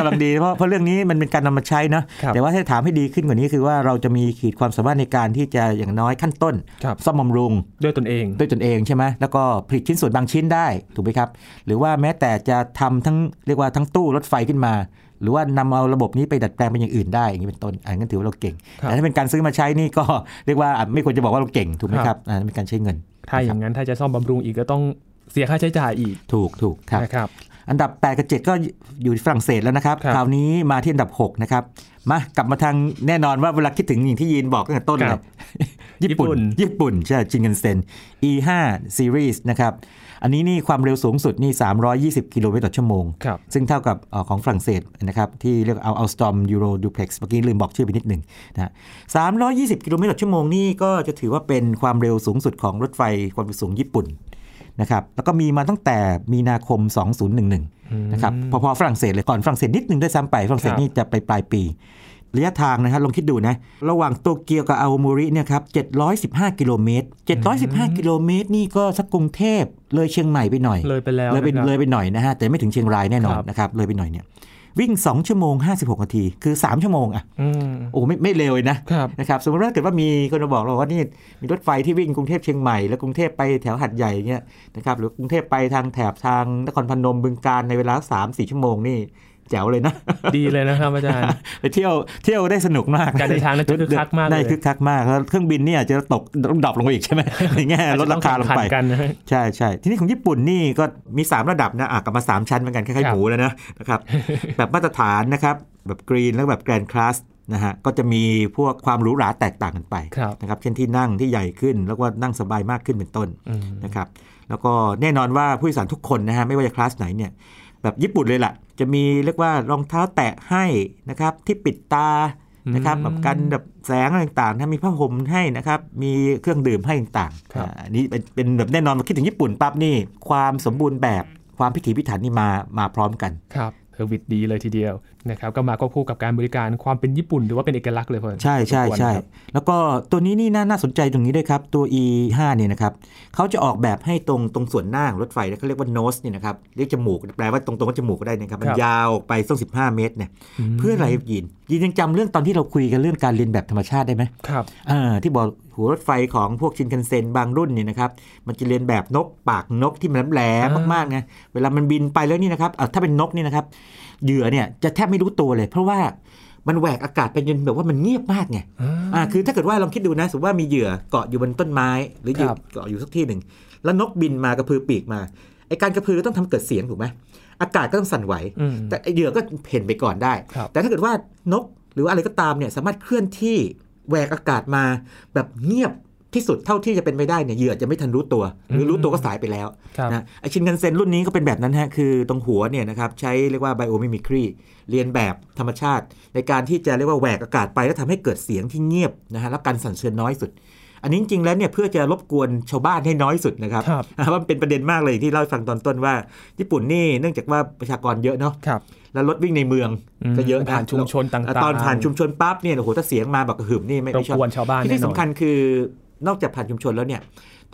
B: กำลังดีเพราะเพราะเรื่องนี้มันเป็นการนำมาใช้นะครับ แต่ว่าถ้าถามให้ดีขึ้นกว่านี้คือว่าเราจะมีขีดความสามารถในการที่จะอย่างน้อยขั้นต้น
A: ครับ
B: ซ่อมบำรุง
A: ด้วยตนเอง
B: ด้วยตนเองใช่ไหมแล้วก็ผลิตชิ้นส่วนบางชิ้นได้ถูกไหมครับ หรือว่าแม้แต่จะทำทั้งเรียกว่าทั้งตู้รถไฟขึ้นมา หรือว่านำเอาระบบนี้ไปดัดแปลงเป็นอย่างอื่นได้อย่างนี้เป็นต้นอันนั้นถือว่าเราเก่ง แต่ถ้าเป็นการซื้อมาใช้นี่ก็ เรียกว่าอ่ะไม่ควรจะบอกว่าเราเก่งถูกไหมครับอันนั้นเป็นการใช้เงิน
A: ถ้าอย่างนั้นถ้าจะซ่อมบำรุงอีกก็ต้องเสียค่าใช้จ่ายอีก
B: ถูกถูกครับ
A: นะครับ
B: อันดับ 8 กับ 7 ก็อยู่ที่ฝรั่งเศสแล้วนะครับ
A: ครับ
B: คราวนี้มาที่อันดับ 6 นะครับ มากลับมาทางแน่นอนว่าเวลาคิดถึงอย่างที่ยีนบอกตั้งแต่ต้นเล
A: ครั
B: ย
A: บ
B: ญี่ปุ่น
A: ญี่ปุ่น
B: ญี่ปุ่น ใช่จิงเกินเซน E5 Series นะครับ อันนี้นี่ความเร็วสูงสุดนี่ 320 กิโลเมตรต่อชั่วโมง
A: ครับ
B: ซึ่งเท่ากับเอ่อของฝรั่งเศสนะครับที่เรียกเอาเอาสตอมยูโรดูเพล็กซ์เมื่อกี้ลืมบอกชื่อไปนิดหนึ่งนะฮะ320 กิโลเมตรต่อชั่วโมงนี่ก็จะถือว่าเป็นความเร็วสูงสุดของรถไฟความเร็วสูงญี่ปุ่นนะครับแล้วก็มีมาตั้งแต่มีนาคม 2011 นะครับพอๆฝรั่งเศสเลยก่อนฝรั่งเศสนิดหนึ่งด้วยซ้ำไปฝรั่งเศส
A: ครับ
B: นี่จะไปปลายปี ระยะทางนะครับลองคิดดูนะ ระหว่างโตเกียวกับอาโอมูริเนี่ยครับ 715 กิโลเมตร 715 กิโลเมตรนี่ก็สักกรุงเทพเลยเชียงใหม่ไปหน่อย
A: เลยไปแล้ว
B: เลยไป
A: นะครับ
B: เลยไปหน่อยนะฮะ แต่ไม่ถึงเชียงรายแน่นอน
A: ครับ
B: นะครับเลยไปหน่อยเนี่ยวิ่ง 2 ชั่วโมง 56 นาที คือ 3 ชั่วโมงอ่ะ
A: อืม
B: โอ้ไม่ไม่เร็วเลยนะครับ นะครับสมมติว่าเกิดว่ามีคนมาบอกเราว่านี่มีรถไฟที่วิ่งกรุงเทพเชียงใหม่แล้วกรุงเทพไปแถวหัดใหญ่เนี่ยนะครับหรือกรุงเทพไปทางแถบทางนครพนมบึงการในเวลา 3-4 ชั่วโมงนี่แจ๋วเลยนะ
A: ดีเลยนะครับอาจารย์
B: ไปเที่ยวเที่ยวได้สนุกมาก
A: การเดินทางนั้นคึกคักมากเลย
B: ได้คึกคักมากแล้วเครื่องบินเนี่ยจะตกต้องดรอปลงไปอีกใช่ไหมใน แง่ลดราคาลงไป
A: อจจะต้องแข่ขันกันนะ
B: ใช่ใช่ทีนี้ของญี่ปุ่นนี่ก็มี 3 ระดับนะอ่ะกลับมา 3 ชั้นเหมือนกัน
A: ค
B: ค
A: รั
B: ล้าย
A: บ
B: ๆหมูแล้วนะนะครับ แบบมาตรฐานนะครับ แบบกรีนแล้วแบบแกรนด์คลาสนะฮะก็จะมีพวกความหรูหราแตกต่างกันไป
A: ครับ
B: นะครับเช่นที่นั่งที่ใหญ่ขึ้นแล้วก็นั่งสบายมากขึ้นเป็นต้น
A: อืม
B: นะครับแล้วก็แน่นอนว่าผู้โดยสารทุกคนนะฮะไม่ว่าจะคลาสไหนเนี่ยแบบญี่ปุ่นเลยล่ะ จะมีเรียกว่ารองเท้าแตะให้นะครับที่ปิดตานะครับ
A: อืม
B: แบบกันแบบแสงอะไรต่างๆนะมีผ้าห่มให้นะครับมีเครื่องดื่มให้ต่างๆ
A: ครับ
B: อ่า อันนี้เป็นเป็นแบบแน่นอนมาคิดถึงญี่ปุ่นปั๊บนี่ ความสมบูรณ์แบบความพิถีพิถันนี่มามาพร้อมกัน
A: ครับเทอร์วิทดีเลยทีเดียว นะครับก็มาควบคู่กับการบริการความเป็นญี่ปุ่น หรือว่าเป็นเอกลักษณ์เลยพอ
B: ใช่ใช่
A: สมควร
B: ใช่
A: ครับ
B: แล้วก็ตัวนี้นี่น่าน่าสนใจตรงนี้ด้วยครับ ตัว e 5เนี่ยนะครับเขาจะออกแบบให้ตรงตรงส่วนหน้าของรถไฟนะเขาเรียกว่า nose เนี่ยนะครับเรียกจมูกแปลว่าตรงตรงๆว่าจมูกก็ได้นะครับ มัน
A: ครับ
B: ยาวไปสักสิเมตรเนี่ย
A: ม
B: เพื่ออะไรยีนยีนยังจำเรื่องตอนที่เราคุยกันเรื่องการเรียนแบบธรรมชาติได้ไหม
A: ครับ
B: อ่าที่บอกหัวรถไฟของพวกชินคันเซ็นบางรุ่นเนี่ยนะครับมันจะเรียนแบบนกปากนกที่มันแหลมๆมากๆไงเวลามันบินไปแล้วนี่นะครับอ่ะถ้าเป็นนกนี่นะครับเหยื่อเนี่ยจะแทบไม่รู้ตัวเลย เพราะว่ามันแหวกอากาศไปจนแบบว่ามันเงียบมากไง
A: อ่า
B: อ่าคือถ้าเกิดว่าลองคิดดูนะสมมติว่ามีเหยื่อเกาะอยู่บนต้นไม้ หรือเหยื่อ
A: ครับ
B: เกาะอยู่สักที่หนึ่ง แล้วนกบินมากระพือปีกมาไอการกระพือก็ต้องทำเกิดเสียงถูกไหมอากาศก็ต้องสั่นไหว
A: อืม
B: แต่ไอเหยื่อก็เห็นไปก่อนได้
A: ครับ
B: แต่ถ้าเกิดว่านกหรือว่าอะไรก็ตามเนี่ยสามารถเคลื่อนที่แหวกอากาศมาแบบเงียบที่สุดเท่าที่จะเป็นไปได้เนี่ยเหยื่อจะไม่ทันรู้ตัว หรือรู้ตัวก็สายไปแล้ว
A: ครับ
B: นะไอชินกันเซ็นรุ่นนี้ก็เป็นแบบนั้นฮะ คือตรงหัวเนี่ยนะครับใช้เรียกว่าไบโอมิมิครีเรียนแบบธรรมชาติ ในการที่จะเรียกว่าแหวกอากาศไป แล้วทำให้เกิดเสียงที่เงียบนะฮะแล้วการสั่นเชิญน้อยสุด อันนี้จริงๆแล้วเนี่ยเพื่อจะรบกวนชาวบ้านให้น้อยสุดนะครับ
A: ครับ
B: อ่ะว่ามันเป็นประเด็นมากเลยที่เล่าให้ฟังตอนต้นว่า ญี่ปุ่นนี่เนื่องจากว่าประชากรเยอะเนาะ
A: ครับ
B: แล้วรถวิ่งในเมือง
A: ม
B: ก็เยอะะ
A: ผ่านชุมชนต่างๆ
B: ตอนผ่านชุมชนปั๊บเนี่ยโอ้โหถ้าเสียงมาแบบกระหึ่มนี่ไม่
A: รบ
B: ไม่ชอบ
A: กวนชาวบ้าน
B: ที่
A: แน่
B: ที่
A: นอน
B: สำคัญคือนอกจากผ่านชุมชนแล้วเนี่ย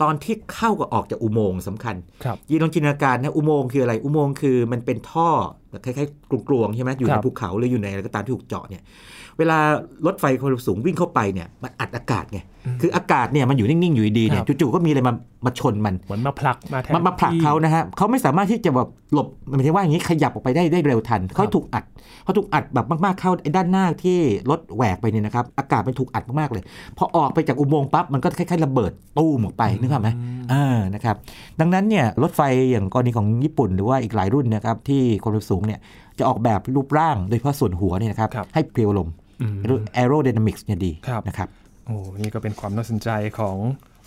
B: ตอนที่เข้ากับออกจากอุโมงค์สำคัญ
A: ครับ
B: ยีนลองจินตนาการนะอุโมงค์คืออะไรอุโมงค์คือมันเป็นท่อแบบคล้ายๆกลวงๆใช่ไหมอยู่
A: ค
B: ใน
A: รับ
B: ภูเขาหรืออยู่ในอะไรก็ตามที่ถูกเจาะเนี่ยเวลารถไฟความเร็วสูงวิ่งเข้าไปเนี่ยมันอัดอากาศไงคืออากาศเนี่ยมันอยู่นิ่งๆอยู่ดีๆเนี่ยจู่ๆก็มีอะไรมามาชนมัน
A: เหมือนมาผลักมาแทน
B: มันมาผลัก
A: ที่
B: เขานะฮะเขาไม่สามารถที่จะแบบหลบหมายถึงว่าอย่างนี้ขยับออกไปได้ได้เร็วทัน เขาถูกอัดเขาถูกอัดแบบมากๆเข้าไอ้ด้านหน้าที่รถแหวกไปเนี่ยนะครับ อากาศมันถูกอัดมากๆเลย พอออกไปจากอุโมงค์ปั๊บ มันก็คล้ายๆระเบิดตู้มออกไปนึกภาพไหมอ่านะครับ ดังนั้นเนี่ยรถไฟอย่างกรณีของญี่ปุ่นหรือว่าอีกหลายรุ่นนะครับที่ความเร็วสูงเนี่ยจะออกแบบรูปร่างโดยเฉพาะส่วนหัวเนี่ยนะครับ
A: ครับ
B: ให้เพลียวลม
A: อืม
B: หรือ aerodynamics เนี่ยดี
A: ครับ
B: นะครับ
A: โอ้นี่ก็เป็นความน่าสนใจของ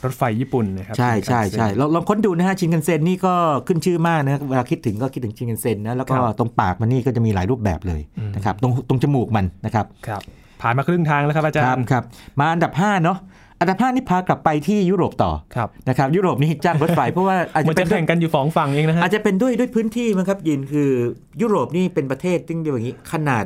A: รถไฟญี่ปุ่นนะครับ
B: ใช่ใช่
A: การเซ็น
B: ใช่ลองลองค้นดูนะฮะชินกันเซ็นนี่ก็ขึ้นชื่อมากนะเวลาคิดถึงก็คิดถึงชินกันเซ็นนะแล้วก็
A: ครับ
B: ตรงปากมันนี่ก็จะมีหลายรูปแบบเลยนะครับตรงตรงจมูกมันนะครับ
A: ครับ ผ่านมาครึ่งทางแล้วครับอาจารย์
B: ครับมาอันดับ 5 เนาะอันดับ 5 นี่พากลับไปที่ยุโรปต่อ
A: ครับ
B: นะครับยุโรปนี่จ้างรถไฟ เพราะว่าอาจ
A: เหมือ
B: จะ
A: นจะ
B: เป็นด้ว
A: แข่
B: ย
A: งกันอยู่สองฝั่งเองนะฮะ
B: อาจจะเป็นด้วยด้วยพื้นที่มั้งครับยินคือยุโรปนี่เป็นประเทศที่เรียกว่าอย่างนี้ขนาด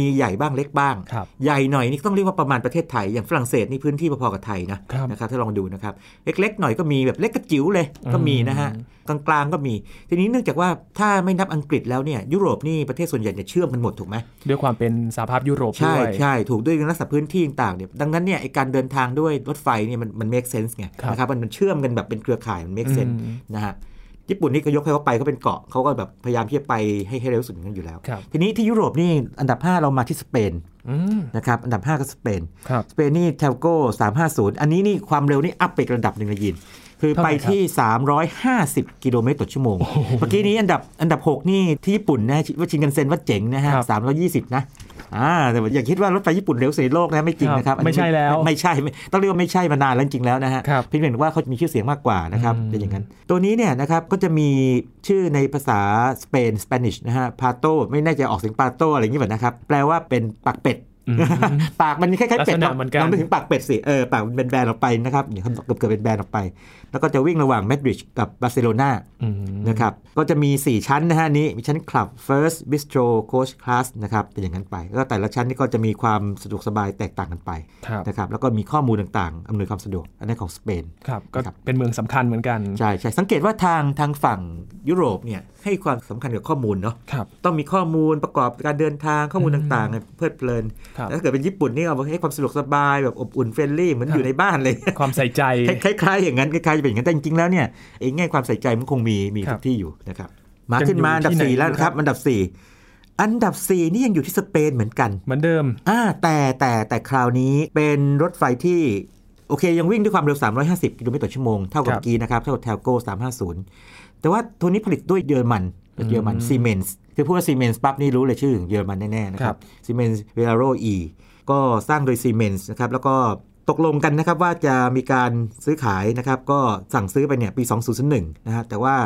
B: มีใหญ่บ้างเล็กบ้าง
A: ครับ
B: ใหญ่หน่อยนี่ต้องเรียกว่าประมาณประเทศไทยอย่างฝรั่งเศสนี่พื้นที่พอๆกับไทยนะครับ นะครับถ้าลองดูนะครับเล็กๆหน่อยก็มีแบบเล็กกระจิ๋วเลย ก็มีนะฮะกลางๆก็มี ทีนี้เนื่องจากว่าถ้าไม่นับอังกฤษแล้วเนี่ยยุโรปนี่ประเทศส่วนใหญ่จะเชื่อมกันหมดถูกไหม
A: ด้วยความเป็นสหภาพยุโรป
B: ใช่
A: ด้วย
B: ใช่ถูกด้วยลักษณะพื้นที่ต่างๆเนี่ยดังนั้นเนี่ยไอการเดินทางด้วยรถไฟเนี่ยมันมัน make sense ไง
A: ครับ
B: นะครับมันมันเชื่อมกันแบบเป็นเครือข่ายมัน make sense
A: อืม
B: นะฮะญี่ปุ่นนี่ก็ยกให้เขาไปเขาเป็นเกาะเขาก็แบบพยายามที่จะไปให้ให้เร็วที่สุดอย่างนั้นอยู่แล้ว
A: ครับ
B: ทีนี้ที่ยุโรปนี่อันดับห้าเรามาที่สเปน
A: อืม
B: นะครับอันดับห้าก็สเปน
A: ครับ
B: สเปนนี่เทลโก้350 อันนี้นี่ความเร็วนี่อัพไปอีกระดับหนึ่งเลยยิน คือ
A: เท่าไห
B: ไป
A: ร่ครับ
B: ที่ 350 กิโลเมตรต่อชั่วโมง เมื่อกี้นี้อันดับอันดับ 6 นี่ที่ญี่ปุ่นนะว่าชินกันเซ็นว่าเจ๋งนะฮะ 320 นะอ่าแต่อย่าคิดว่ารถไฟญี่ปุ่นเร็วสุดในโลกนะไม่จริงนะครับ
A: ครับไม่ใช่แล้ว
B: ไม่ไม่ใช่ไม่ต้องเรียกว่าไม่ใช่มานานแล้วจริงๆแล้วนะฮะ
A: ครับ
B: เพียงแต่ว่าเขามีชื่อเสียงมากกว่านะครับ
A: อืม
B: เป็นอย่างนั้น ตัวนี้เนี่ยนะครับก็จะมีชื่อในภาษาสเปนสเปนิชนะฮะพาโตไม่แน่ใจออกเสียงปาโตอะไรอย่างนี้ป่ะนะครับแปลว่าเป็นปากเป็ด
A: อืม
B: ปากมันคล้ายๆเป็ด
A: ลักษณะเหมือนกัน
B: ลองนึกถึงปากเป็ดสิ เออ ปากมันเป็นแบนออกไปนะครับเนี่ยเกือบเกือบเป็นแบนออกไป แล้วก็จะวิ่งระหว่างมาดริดกับบาร์เซโลนา
A: อืม
B: นะครับ ก็จะมี 4 ชั้นนะฮะนี้ มีชั้นคลับ First Bistro Coach Class นะครับ เป็นอย่างนั้นไป แล้วก็แต่ละชั้นนี่ก็จะมีความสะดวกสบายแตกต่างกันไป
A: ครับ
B: นะครับ แล้วก็มีข้อมูลต่างๆ อำนวยความสะดวก อันนี้นของสเปน
A: ครับ ก็
B: ครับ
A: เป็นเมืองสำคัญเหมือนกัน
B: ใช่ใช่ สังเกตว่าทางทางฝั่งยุโรปเนี่ยให้ความสำคัญกับข้อมูลเนาะ
A: ครับ
B: ต้องมีข้อมูลประกอบการเดินทางข้อมูล
A: อืม
B: ต่างๆเนี่ยเพลิดเพลิน
A: ครับ
B: แล้วถ้าเกิดเป็นญี่ปุ่นนี่เอาไว้ให้ความสะดวกสบายแบบอบอุ่นเฟรนลี่เหมือน
A: ครับ
B: อยู่ในบ้านเลย
A: ความใส่ใจ
B: คล้ายๆอย่างนั้นคล้ายๆจะเป็นอย่างนั้นแต่จริงๆแล้วเนี่ยไอ้แง่ความใส่ใจมันคงมีมี
A: ครั
B: ทุ
A: บ
B: กที่อยู่นะครับมา
A: ยัง
B: ขึ้นมา
A: อยู่
B: อันดับ
A: ที่ไหน
B: สี่แล้วนะค
A: ครั
B: รับ บ อันดับสี่อันดับสี่นี่ยังอยู่ที่สเปนเหมือนกัน
A: เหมือนเดิม
B: อ่าแต่แต่แต่คราวนี้เป็นรถไฟที่โอเคยังวิ่งด้วยความเร็ว 350กิโลเมตรต่อชั่วโมงเท่ากับ
A: ครับ
B: เมื่อกี้นะครับเท่ากับเทลโก้350 แต่ว่าตัวนี้ผลิตด้วยเยอรมันเยอรมันซีเมนส์คือพูดว่าซีเมนส์ปั๊บนี่รู้เลยชื่อของเยอรมันแน่ๆนะครับ ซีเมนส์เวลาโรอีก็สร้างโดยซีเมนส์นะครับ แล้วก็ตกลงกันนะครับว่าจะมีการซื้อขายนะครับ ก็สั่งซื้อไปเนี่ยปี 2001นะฮะแต่ว่า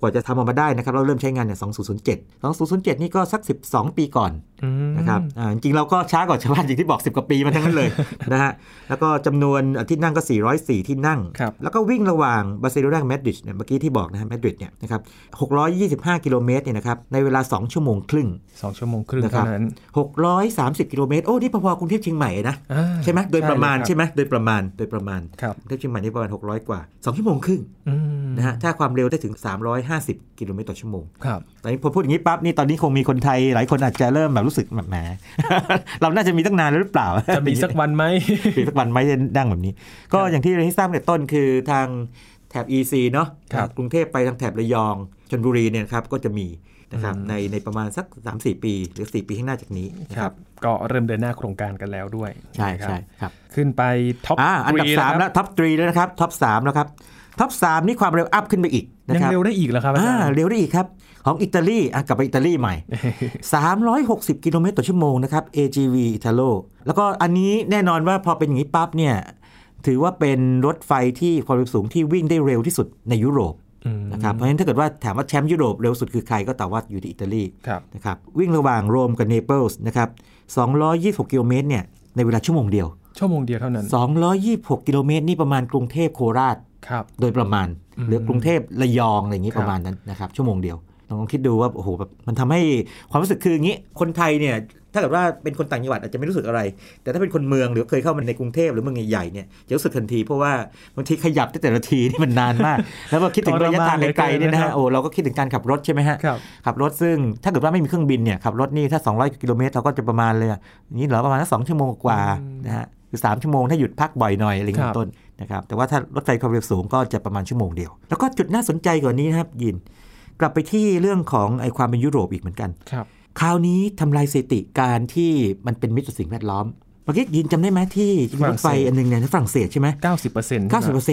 B: กว่าจะทำออกมาได้นะครับเราเริ่มใช้งานเนี่ย2007 2007 นี่ก็สัก 12 ปีก่อน
A: อืม
B: นะครับอ่าจริงๆเราก็ช้ากว่าชาวบ้านอย่างที่บอก 10 กว่าปีมาทั้ง นั้นเลย นะฮะแล้วก็จำนวนที่นั่งก็ 404 ที่นั่ง
A: ครับ
B: แล้วก็วิ่งระหว่างบาร์เซโลนากับมาดริดเนี่ยเมื่อกี้ที่บอกนะฮะมาดริดเนี่ยนะครับ625 กิโลเมตรเนี่ยนะครับในเวลา 2 ชั่วโมงครึ่ง
A: สองชั่วโมงครึ่ง
B: นะครับ
A: เท่านั้น
B: 630 กิโลเมตร โอ้ นี่พอๆกรุงเทพเชียงใหม่นะ
A: อ่า
B: ใช่ไหมโดยประมาณ
A: เลย
B: ใช่ไหมโดยประมาณโดยประมาณ
A: ครับ
B: กรุงเทพเชียงใหม่นี่ประมาณ 600 กว่า 2 ชั่วโมงครึ่ง
A: อืม
B: นะฮะถ้าความเร็วได้ถึง 350 กิโลเมตรต่อชั่วโมง
A: ครับ
B: ตอนนี้พอพูดอย่างนี้ปั๊บนี่ตอนนี้คงมีคนไทยหลายคนอาจจะเริ่มแบบรู้สึกแบบแหม เราน่าจะมีตั้งนานแล้วหรือเปล่า
A: จะ มีสักวันไหม
B: ปีสักวัน ไหมจะดังแบบนี้ ก็อย่างที่เรียนให้ทราบแต่ต้นคือทางแถบ EC เนาะ
A: ครับ
B: กรุงเทพไปทางแถบระยองชนบุรีเนี่ยนะครับก็จะมีนะครับ
A: อืม
B: ในในประมาณสัก 3-4 ปีหรือ 4 ปีข้างหน้าจากนี้นะ
A: ค
B: ค
A: รั
B: รั
A: บบ ก็เริ่มเดินหน้าโครงการกันแล้วด้วย
B: ใช่
A: นะครับ
B: ใช่ครับ
A: ขึ้นไปท็อป
B: อ่าอันดับ
A: 3
B: 3 แล้วท็อป3แล้วนะครับท็อป3แล้วครับท็อป3นี่ความเร็วอัพขึ้นไปอีกนะ
A: ยัง
B: ครับ
A: เร็วได้อีกเหรอครับอา
B: อ่า
A: จารย์
B: เร็วได้อีกครับ ของอิตาลีอ่ะกลับไปอิตาลี ใหม่ 360 กิโลเมตรต่อชั่วโมงนะครับ AGV Italo แล้วก็อันนี้แน่นอนว่าพอเป็นอย่างนี้ปั๊บเนี่ย ถือว่าเป็นรถไฟที่ความเร็วสูงที่วิ่งได้เร็วที่สุดในยุโรป
A: อืม
B: นะครับ เพราะฉะนั้นถ้าเกิดว่าถามว่าแชมป์ยุโรปเร็วสุดคือใครก็ตอบว่าอยู่ที่อิตาลี
A: ครับ
B: นะครับ วิ่งระหว่างโรมกับเนเปิลส์นะครับ 226 กิโลเมตรเนี่ย ในเวลาชั่วโมงเดียว
A: ชั่วโมงเดียวเท่านั้น
B: 226 กิโลเมตรนี่ประมาณกรุงเทพโคราช
A: ครับ
B: โดยประมาณ
A: อืม
B: หรือกรุงเทพระยองอะไรอย่างนี้
A: ครับ
B: ประมาณนั้นนะครับชั่วโมงเดียวลองคิดดูว่าโอ้โหแบบมันทำให้ความรู้สึกคืออย่างนี้ คนไทยเนี่ยถ้าเกิดว่าเป็นคนต่างจังหวัดอาจจะไม่รู้สึกอะไร แต่ถ้าเป็นคนเมืองหรือเคยเข้ามาในกรุงเทพหรือเมืองใหญ่ๆเนี่ยจะรู้สึกทันทีเพราะว่าบางทีขยับแต่ละทีนี่มันนานมาก แล้วพอคิดถึงระยะทางไกลๆเนี่ยนะฮะโอ้เราก็คิดถึงการขับรถใช่ไหมฮะ
A: ครับ
B: ขับรถซึ่งถ้าเกิดว่าไม่มีเครื่องบินเนี่ยขับรถนี่ถ้า 200 กิโลเมตรเราก็จะประมาณเลยอะนี่เหลือประมาณสักสองชั่วโมงกว่า
A: อืม
B: นะฮะคือสามชั่วโมงถ้าหยุดพักบ่อยหน่อยอะไรอย่างนี้
A: ครับ
B: เป็นต้นนะครับแต่ว่าถ้ารถไฟความเร็วสูงก็จะประมาณชั่วโมงเดียว แล้วก็จุดน่าสนใจกว่านี้นะครับยิน กลับไปที่เรื่องของไอความเป็นยุโรปอีกเหมือนกัน
A: ครับ
B: คราวนี้ทำลายสถิติการที่มันเป็นมิตรต่อสิ่งแวดล้อมเมื่อกี้ยินจำได้ไหมที่มีรถไฟ
A: ฝรั่งเศส
B: อันหนึงเนี่ยที่ฝรั่งเศสใช่ไหม
A: 90เปอร์เซ็นต์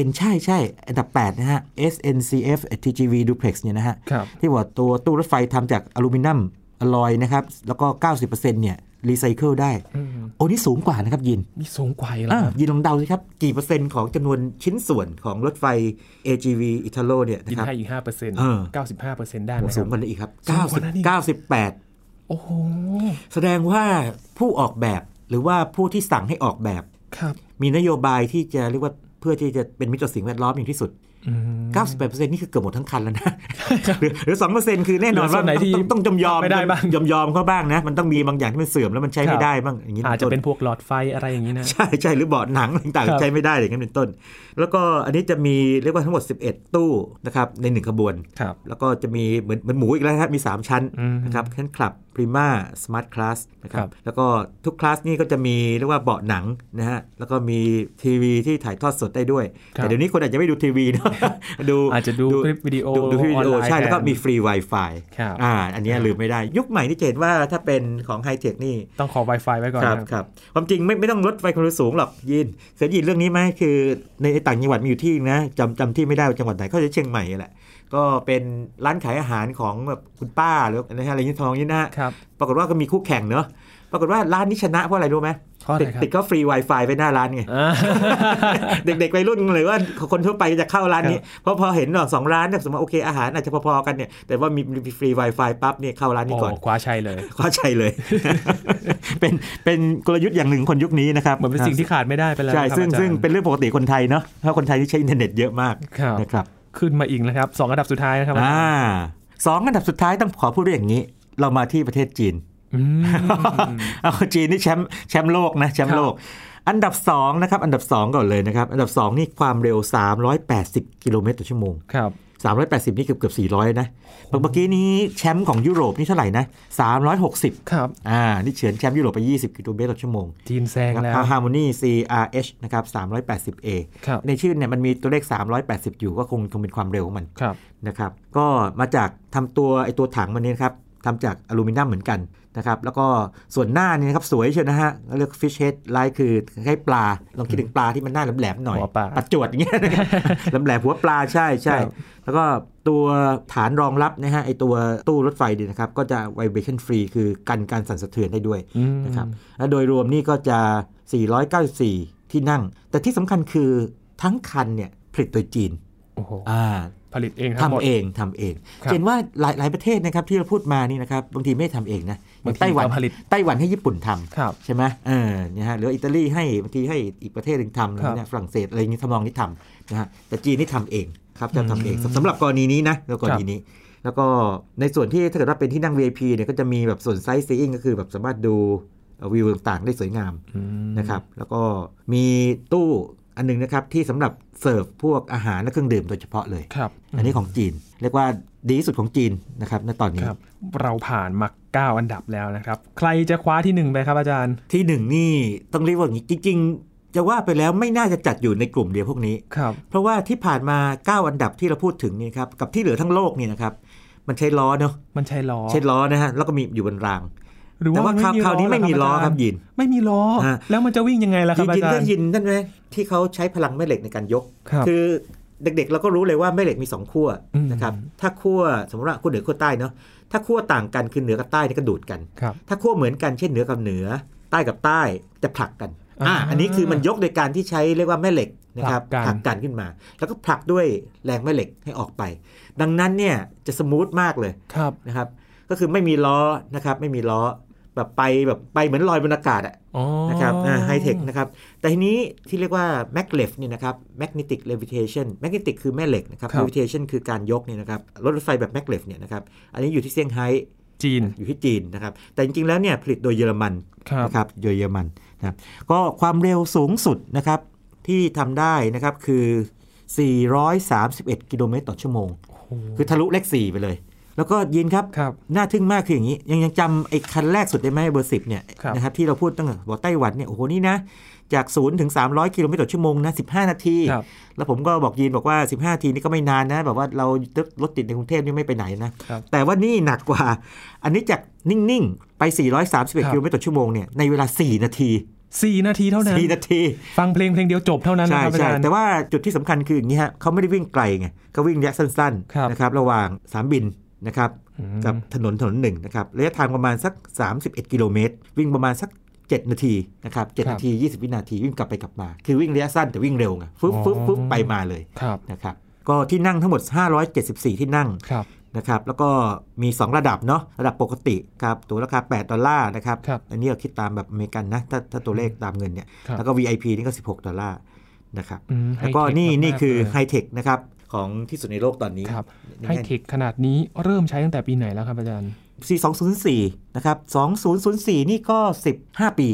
B: 90%ใช่ใช่อันดับ 8 นะฮะ SNCF TGV Duplex เนี่ยนะฮะ
A: ครับ
B: ที่ว่าตัวตู้รถไฟทำจากอลูมิเนียมอลลอยนะครับ แล้วก็ 90%เนี่ยรีไซเคิลได้
A: อืม
B: โอ้นี่สูงกว่านะครับยิน
A: มีสูงกว่าอีกเหรอ
B: อ่ะ
A: ครับ
B: ยินลองเดาสิครับ กี่เปอร์เซ็นต์ของจำนวนชิ้นส่วนของรถไฟ AGV Italo เนี่ย
A: ยิน
B: นะครับ
A: ให้อีก5เปอร์เซ็นต์
B: เออ
A: 95เปอร์เซ็นต์ได้ไหม
B: โอ้
A: ค
B: สู
A: รั
B: ง
A: บ
B: กว่านั้นอีกครับ
A: สูงกว่านั้นอีก
B: 90 98
A: โอ้โห
B: แสดงว่าผู้ออกแบบหรือว่าผู้ที่สั่งให้ออกแบบ
A: ครับ
B: มีนโยบายที่จะเรียกว่าเพื่อที่จะเป็นมิตรต่อสิ่งแวดล้อมอย่างที่สุด
A: อืม
B: 98%นี่คือเกือบหมดทั้งคันแล้วนะ หรือหรือ2%คือแน่นอ
A: เห
B: น
A: ลือส่
B: ว่า
A: วนไหนที่
B: ต้องต้องจำยอม
A: ไม่ได้บ้าง
B: ยอมยอมเขาบ้างนะ มันต้องมีบางอย่างที่มันเสื่อมแล้วมันใช้
A: ครับ
B: ไม่ได้บ้างอย่างนี้
A: อาจจะเป็น
B: ต้
A: พวกหลอดไฟอะไรอย่างนี้นะ
B: ใช่ใช่หรือเบาะหนังต่าง
A: ครับ
B: ๆใช้ไม่ได้อย่างนั้นเป็นต้น แล้วก็อันนี้จะมีเรียกว่าทั้งหมด 11 ตู้นะครับในหนึ่งขบวน
A: ครับ
B: แล้วก็จะมีเหมือนเหมือนหมูอีกแล้วครับมี 3 ชั้น
A: อืม
B: นะครับชั้นคลับพรีมาสมาร์ทคลาสนะค
A: ครั
B: รับบ แล้วก็ทุกคลาสนี่ก็จะมีเรียกว่าเบาะหนังนะฮะแล้วก็มีทีวีที่ถ่ายทอดสดได้ด้วย แต่เดี๋ยวนี้คนอาจจะไม่ดูทีวีเนอะ ดู
A: อาจจะดูคลิปวิดีโอ
B: ดูดูพี่วิดีโอ
A: ออนไน์
B: ใช่แล้วก็
A: ทน
B: มีฟรี Wi-Fi
A: ครับ
B: อ่าอันเนี้ยลืมไม่ได้ ยุคใหม่ที่จะเห็นว่าถ้าเป็นของไฮเทคนี่
A: ต้องขอ Wi-Fi ไว้ก่อน
B: ครับ
A: นะครับ
B: ความจริงไม่ไม่ต้องลดไฟความเร็วสูงหรอกยินเคยได้ยินเรื่องนี้ไหมคือในต่างจังหวัดมีอยู่ที่นึงนะจำจำที่ไม่ได้ว่าจังหวัดไหนเขาจะเชียงใหม่แหละ ก็เป็นร้านขายอาหารของแบบคุณป้าหรืออะไรอะไรอยางนี้ทองนี่นะฮะ
A: ครับ
B: ปรากฏว่าก็มีคู่แข่งเนอะปรากฏว่าร้านนี้ชนะเพราะอะไรรู้ไหม
A: ข้อไห
B: ติด
A: นครับ
B: ติดก็ฟรี Wi-Fi ไว้หน้าร้านไง
A: อ่า
B: เด็กๆวัยรุ่นหรือว่าคนทั่วไปจะเข้าร้านนี้เพราะพอเห็นหรอกสองร้านเนี่ยสมมติว่าโอเคอาหารอาจจะพอๆกันเนี่ยแต่ว่ามีมีฟรี Wi-Fi ปั๊บเนี่ยเข้าร้านนี้
A: โอ้
B: ก่อน
A: คว้าชัยเลย
B: เข้าใจเลย เป็นเป็นกลยุทธ์อย่างหนึ่งคนยุคนี้นะครับ
A: เหมือนเป็นสิ่งที่ขาดไม่ได้ไปแล้ว
B: ใช่ซึ่ง
A: ครับอาจารย์
B: ซึ่งเป็นเรื่องปกติคนไทยเนาะเพราะคนไทยที่ใช้อินเทอร์เน็ตเยอะมาก
A: ครับ
B: นะครับ
A: ขึ้นมาอีกนะครับสองอันดับสุดท้ายนะครับ
B: อ่าสองอันดับสุดท้ายต้องขอพูดด้วยอย่างนี้ เรามาที่ประเทศจีน
A: อืม
B: เอาจีนนี่แชมป์แชมป์โลกนะแชมป์โลก อันดับ2นะครับอันดับ 2 ก่อนเลยนะครับ อันดับ 2 นี่ความเร็ว 380 กิโลเมตรต่อชั่วโมง
A: ครับ
B: 380 นี่เกือบเกือบ400 นะเมื่อกี้นี้แชมป์ของยุโรปนี่เท่าไหร่นะ 360
A: ครับ
B: อ่า นี่เฉือนแชมป์ยุโรปไป 20 กิโลเมตรต่อชั่วโมง
A: จีนแซง
B: นะครับ
A: แล้ว
B: Harmony CRH นะครับ 380A
A: ครับ
B: ในชื่อเนี่ยมันมีตัวเลข 380 อยู่ก็คงคงเป็นความเร็วของมัน
A: ครับ
B: นะครับก็มาจากทำตัวไอตัวถังมันเนี่ยนะครับทำจากอลูมิเนียมเหมือนกันนะครับแล้วก็ส่วนหน้าเนี่ยนะครับสวยเชียวนะฮะเรียก fish head ลายคือให้ปลาลองคิดถึงปลาที่มันหน้าแหลมๆหน่อย
A: หัวปลา
B: ปัดจวดอย่างเงี้ย แหลมๆหัวปลาใช่ใช่
A: ครับ
B: แล้วก็ตัวฐานรองรับนะฮะไอตัวตู้รถไฟเนี่ยนะครับก็จะ vibration free คือกันการสั่นสะเทือนได้ด้วย
A: อืม
B: นะครับและโดยรวมนี่ก็จะ 494 ที่นั่ง แต่ที่สำคัญคือทั้งคันเนี่ยผลิตโดยจีน
A: โอ้โห
B: อ่า
A: ผลิตเองทั้งหมด
B: ทำเองทำเอง
A: ครับ
B: เห็นว่าหลายหลายประเทศนะครับที่เราพูดมานี่นะครับบางทีไม่ทำเองนะอบ
A: างที
B: ย่างไต้หวัน
A: ก็ผลิต
B: ไต้หวันให้ญี่ปุ่นทำ
A: ครับ
B: ใช่ไหมเออนะฮะหรืออิตาลีให้บางทีให้อีกประเทศหนึ่งทำอะไร
A: ครับ
B: เนี่ยฝรั่งเศสอะไรอย่างนี้ทำนองนี้ทำนะฮะแต่จีนนี่ทำเองครับจะทำเอง
A: อืม
B: สำสำหรับกรณีนี้นะแล้วกรณีนี้ แล้วก็ในส่วนที่ถ้าเกิดว่าเป็นที่นั่ง VIP เนี่ยก็จะมีแบบส่วนไซส์ซีอิงก็คือแบบสามารถดูวิวต่างๆได้สวยงาม นะครับแล้วก็มีตู้อันหนึงนะครับที่สำหรับเสิร์ฟพวกอาหารและเครื่องดื่มโดยเฉพาะเลย
A: ครับ
B: อันนี้ของจีน เรียกว่าดีที่สุดของจีนนะครับณตอนนี้
A: ครับ เราผ่านมาเก้าอันดับแล้วนะครับ ใครจะคว้าที่หนึ่งไปครับอาจารย์
B: ที่หนึ่งนี่ต้องเรียกว่าอย่างนี้จริง ๆ จะว่าไปแล้วไม่น่าจะจัดอยู่ในกลุ่มเดียวพวกนี้
A: ครับ
B: เพราะว่าที่ผ่านมา 9 อันดับที่เราพูดถึงนี่ครับกับที่เหลือทั้งโลกนี่นะครับมันใช้ล้อเนาะ
A: มันใช่ล้อ
B: ใช้ล้อนะฮะแล้วก็มีอยู่บนราง
A: หรือ
B: แต่ว่า
A: ว่า
B: คราวคราวนี้ไม่มีล้อครับ
A: อาจาย์
B: ยิน
A: ไม่มีล้อ
B: ฮะ
A: แล้วมันจะวิ่งยังไงล่ะครับอา
B: ยิน
A: จาร
B: ได้
A: ย์
B: ยินนั่นไหมที่เขาใช้พลังแม่เหล็กในการยก
A: ครับ
B: คือเด็กๆเราก็รู้เลยว่าแม่เหล็กมี 2 ขั้ว
A: อืม
B: นะครับถ้าขั้วสมมติว่าขั้วเหนือขั้วใต้เนาะถ้าขั้วต่างกันคือเหนือกับใต้เนี่ยก็ดูดกัน
A: ครับ
B: ถ้าขั้วเหมือนกันเช่นเหนือกับเหนือ ใต้กับใต้จะผลักกันอ่า
A: อ่า
B: อันนี้คือมันยกโดยการที่ใช้เรียกว่าแม่เหล็กนะครับ
A: ผลักกัน
B: กกันขึ้นมา แล้วก็ผลักด้วยแรงแม่เหล็กให้ออกไป ดังนั้นเนี่ยจะสมูทมากเลย
A: ครับ
B: นะครับก็คือไม่มีล้อนะครับไม่มีล้อแบบไปแบบไปเหมือนลอยบนอากาศอะ
A: อ๋อ
B: นะครับไฮเทคนะครับแต่ทีนี้ที่เรียกว่า m a g l e f เนี่ยนะครับ magnetic levitation magnetic คือแม่เหล็กนะครับ
A: ครับ
B: levitation คือการยกเนี่ยนะครับรถรถไฟแบบ m a g l e f เนี่ยนะครับอันนี้อยู่ที่เซี่ยงไฮ้
A: จีน
B: อยู่ที่จีนนะครับแต่จริงๆแล้วเนี่ยผลิตโดยเยอรมัน
A: ครับ
B: นะครับโดยเยอรมันนะครับก็ความเร็วสูงสุดนะครับที่ทำได้นะครับคือ 431 กิโลเมตรต่อชั่วโมง คือทะลุเลข4ไปเลย แล้วก็ยินครับ
A: ครับ
B: น่าทึ่งมากคืออย่างนี้ ยังยังจำไอ้คันแรกสุดได้ไหมเบอร์สิบเนี่ย
A: ครับ
B: นะครับที่เราพูดตั้งแต่บอกไต้หวันเนี่ยโอ้โหนี่นะ จาก 0 ถึง 300 กิโลเมตรต่อชั่วโมงนะ 15 นาที
A: ครับ
B: แล้วผมก็บอกยีนบอกว่า 15 นาทีนี่ก็ไม่นานนะ แบบว่าเรารถติดในกรุงเทพนี่ไม่ไปไหนนะ
A: ครับ
B: แต่ว่านี่หนักกว่า อันนี้จากนิ่ง ๆ ไป
A: ครั
B: 431
A: บ
B: กิโลเมตรต่อชั่วโมงเนี่ยในเวลา 4 นาที
A: สี่นาทีเท่านั้น
B: 4นาที
A: ฟังเพลงเพลงเดียวจบเท่านั้นนะ
B: ใช่
A: ครับอา
B: ใช่
A: จารย์
B: แต่ว่าจุดที่สำคัญคืออย่างนี้ฮะเขาไม่ได้วิ่งไกลไงเขาวิ่งระยะสั้น
A: ครับ
B: ๆนะครับระหว่างสนามบินนะครับ
A: อืม
B: กับถนนถนนหนึ่งนะครับระยะทางประมาณสัก 31 กิโลเมตร วิ่งประมาณสัก 7 นาทีนะครับ7นาที 20 วินาทีวิ่งกลับไปกลับมา คือวิ่งระยะสั้นแต่วิ่งเร็วไงฟึบฟึบฟึบไปมาเลย
A: ครับ
B: นะครับก็ที่นั่งทั้งหมด 574 ที่นั่ง
A: ครับ
B: นะครับแล้วก็มี 2 ระดับเนาะระดับปกติครับ ตัวราคา 8 ดอลลาร์นะครับ
A: ครับ
B: อันนี้เราคิดตามแบบอเมริกันนะ ถ้าถ้าตัวเลขตามเงินเนี่ย
A: ครับ
B: แล้วก็ VIP นี่ก็ 16 ดอลลาร์นะครับ
A: อืม
B: แล้วก็นี่
A: ไฮเทมาๆ
B: นี่คือ
A: เลย
B: ไฮเทคนะครับของที่สุดในโลกตอนนี้
A: ครับ
B: นี่
A: ไฮเทคขนาดนี้เริ่มใช้ตั้งแต่ปีไหนแล้วครับอาจารย์
B: สี่2004นะครับ2004 นี่ก็ 15 ปี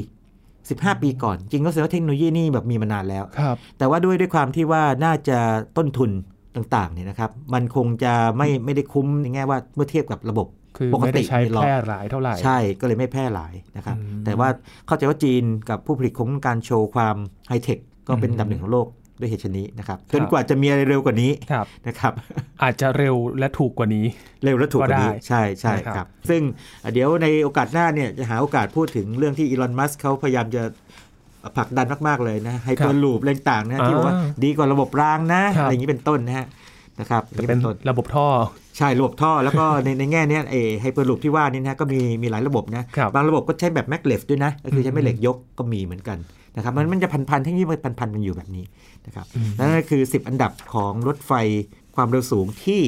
B: 15 ปีก่อน จริงก็แสดงว่าเทคโนโลยีนี่แบบมีมานานแล้ว
A: ครับ
B: แต่ว่าด้วยด้วยความที่ว่าน่าจะต้นทุนต่างๆเนี่ยนะครับมันคงจะไม่ไม่ได้คุ้มในแง่ว่าเมื่อเทียบกับระบบ
A: คือ
B: ปก
A: ไม่
B: ติ
A: ได้ใช้
B: ในรอบ
A: แพร่หลายเท่าไหร่
B: ใช่ก็เลยไม่แพร่หลายนะครับ
A: อืม
B: แต่ว่าเข้าใจว่าจีนกับผู้ผลิตคงต้องการโชว์ความไฮเทคก็เป็น
A: อืม
B: อันดับหนึ่งของโลกด้วยเหตุชนนี้นะครับ
A: ครั
B: จ
A: บ
B: นกว่าจะมีอะไรเร็วกว่านี้
A: ครับ
B: นะครับ
A: อาจจะเร็วและถูกกว่านี้
B: เร็วและถูกกว่านี้
A: ก็ได้
B: ใช่ใช่
A: นะครับ
B: ครับ ซึ่งเดี๋ยวในโอกาสหน้าเนี่ยจะหาโอกาสพูดถึงเรื่องที่อีลอนมัสเขาพยายามจะผลักดันมาก ๆ เลยนะไฮเปอร์ลูปเรื่องต่างๆนะที่บอกว่าดีกว่าระบบรางนะอะไรอย่างนี้เป็นต้นนะฮะนะครับอย่างนี้
A: เป็น
B: เป็นต้น
A: ระบบท่อ
B: ใช่ระบบท่อแล้วก็ ในในแง่เนี้ไอไฮเปอร์ลูปที่ว่านี่นะก็มีมีหลายระบบนะครับ งระบบก็ใช้แบบแมกเลฟด้วยนะก็คือ
A: อื
B: ใช้
A: ม
B: แม่เหล็กยกก็มีเหมือนกันนะครับมันมันจะพันๆทั้งยี่มันพันๆมันอยู่แบบนี้นะครับ
A: อืม
B: นั่นก็คือ 10 อันดับของรถไฟความเร็วสูงที่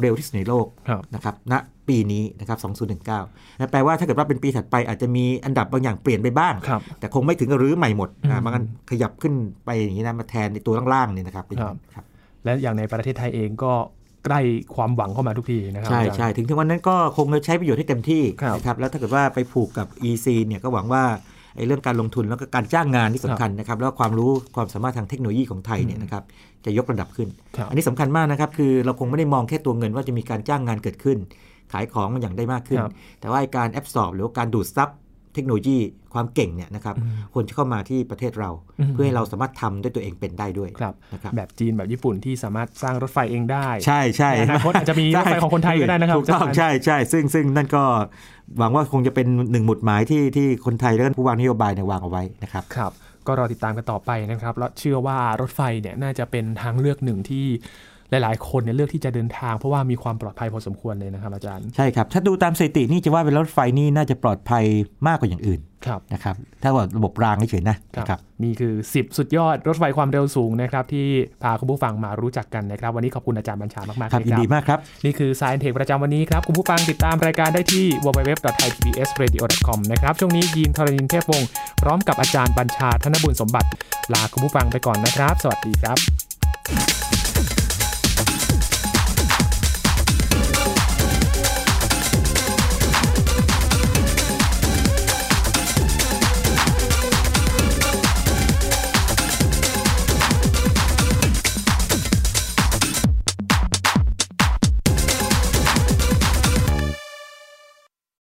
B: เร็วที่สุดในโลก
A: ครับ
B: นะครับณปีนี้นะครับ 2019นะแปลว่าถ้าเกิดว่าเป็นปีถัดไปอาจจะมีอันดับบางอย่างเปลี่ยนไปบ้าง
A: ครับ
B: แต่คงไม่ถึงกับรื้อใหม่หมด
A: อื
B: นะ
A: ม
B: บางอันขยับขึ้นไปอย่างนี้นะมาแทนในตัวล่างๆเนี่ยนะครับเป็นอย่างนั้นครับ
A: และอย่างในประเทศไทยเองก็ใกล้ความหวังเข้ามาทุกทีนะครั
B: ใช่
A: อาจารย์
B: ใช่ถึงถึงวันนั้นก็คงจะใช้ประโยชน์ให้เต็มที่
A: ครับ
B: นะครับแล้วถ้าเกิดว่าไปผูกกับ EC เนี่ยก็หวังว่าไอ้เรื่องการลงทุนแล้วก็การจ้างงานที่สำคัญนะครับแล้วก็ความรู้ความสามารถทางเทคโนโลยีของไทยเนี่ยนะครับจะยกระดับขึ้น
A: ครับ
B: อันนี้สำคัญมากนะครับคือเราคงไม่ได้มองแค่ตัวเงินว่าจะมีการจ้างงานเกิดขึ้น ขายของอย่างได้มากขึ้น
A: ครับ
B: แต่ว่าไอ้การแอบสอบหรือว่าการดูดซับเทคโนโลยีความเก่งเนี่ยนะครับ
A: อืม
B: ควรจะเข้ามาที่ประเทศเรา
A: อืม
B: เพื่อให้เราสามารถทำด้วยตัวเองเป็นได้ด้วย
A: ครับ
B: นะครับ
A: แบบจีนแบบญี่ปุ่นที่สามารถสร้างรถไฟเองได้
B: ใช่ใช่
A: ในอนาคตอาจจะมีรถไฟของคนไทยก็ได้นะครับ
B: ถูกต้อง
A: อาจารย์
B: ใช่ใช่ซึ่งซึ่งนั่นก็หวังว่าคงจะเป็นหนึ่งหมุดหมายที่ที่คนไทยและผู้วางนโยบายเนี่ยวางเอาไว้นะครับ
A: ครับ ก็รอติดตามกันต่อไปนะครับ แล้วเชื่อว่ารถไฟเนี่ยน่าจะเป็นทางเลือกหนึ่งที่หลาย ๆ คนเนี่ยเลือกที่จะเดินทาง เพราะว่ามีความปลอดภัยพอสมควรเลยนะครับอาจารย์
B: ใช่ครับ ถ้าดูตามสถิตินี่จะว่าเป็นรถไฟนี่น่าจะปลอดภัยมากกว่าอย่างอื่น
A: ครับ
B: นะครับถ้าว่าระบบรางเฉยๆนะ
A: ครับ
B: นะครับ
A: นี่คือ 10 สุดยอดรถไฟความเร็วสูงนะครับที่พาคุณผู้ฟังมารู้จักกันนะครับ วันนี้ขอบคุณอาจารย์บัญชามากๆ
B: ครับ
A: เลย
B: ยินดีมากครับ
A: นี่คือ Science Tech ประจำวันนี้ครับ คุณผู้ฟังติดตามรายการได้ที่ www.thaipbsradio.com นะครับช่วงนี้ยีนทรณินเทพวงศ์พร้อมกับอาจารย์บัญชาธนบุญสมบัติ ลาคุณผู้ฟังไปก่อนนะครับ สวัสดีครับ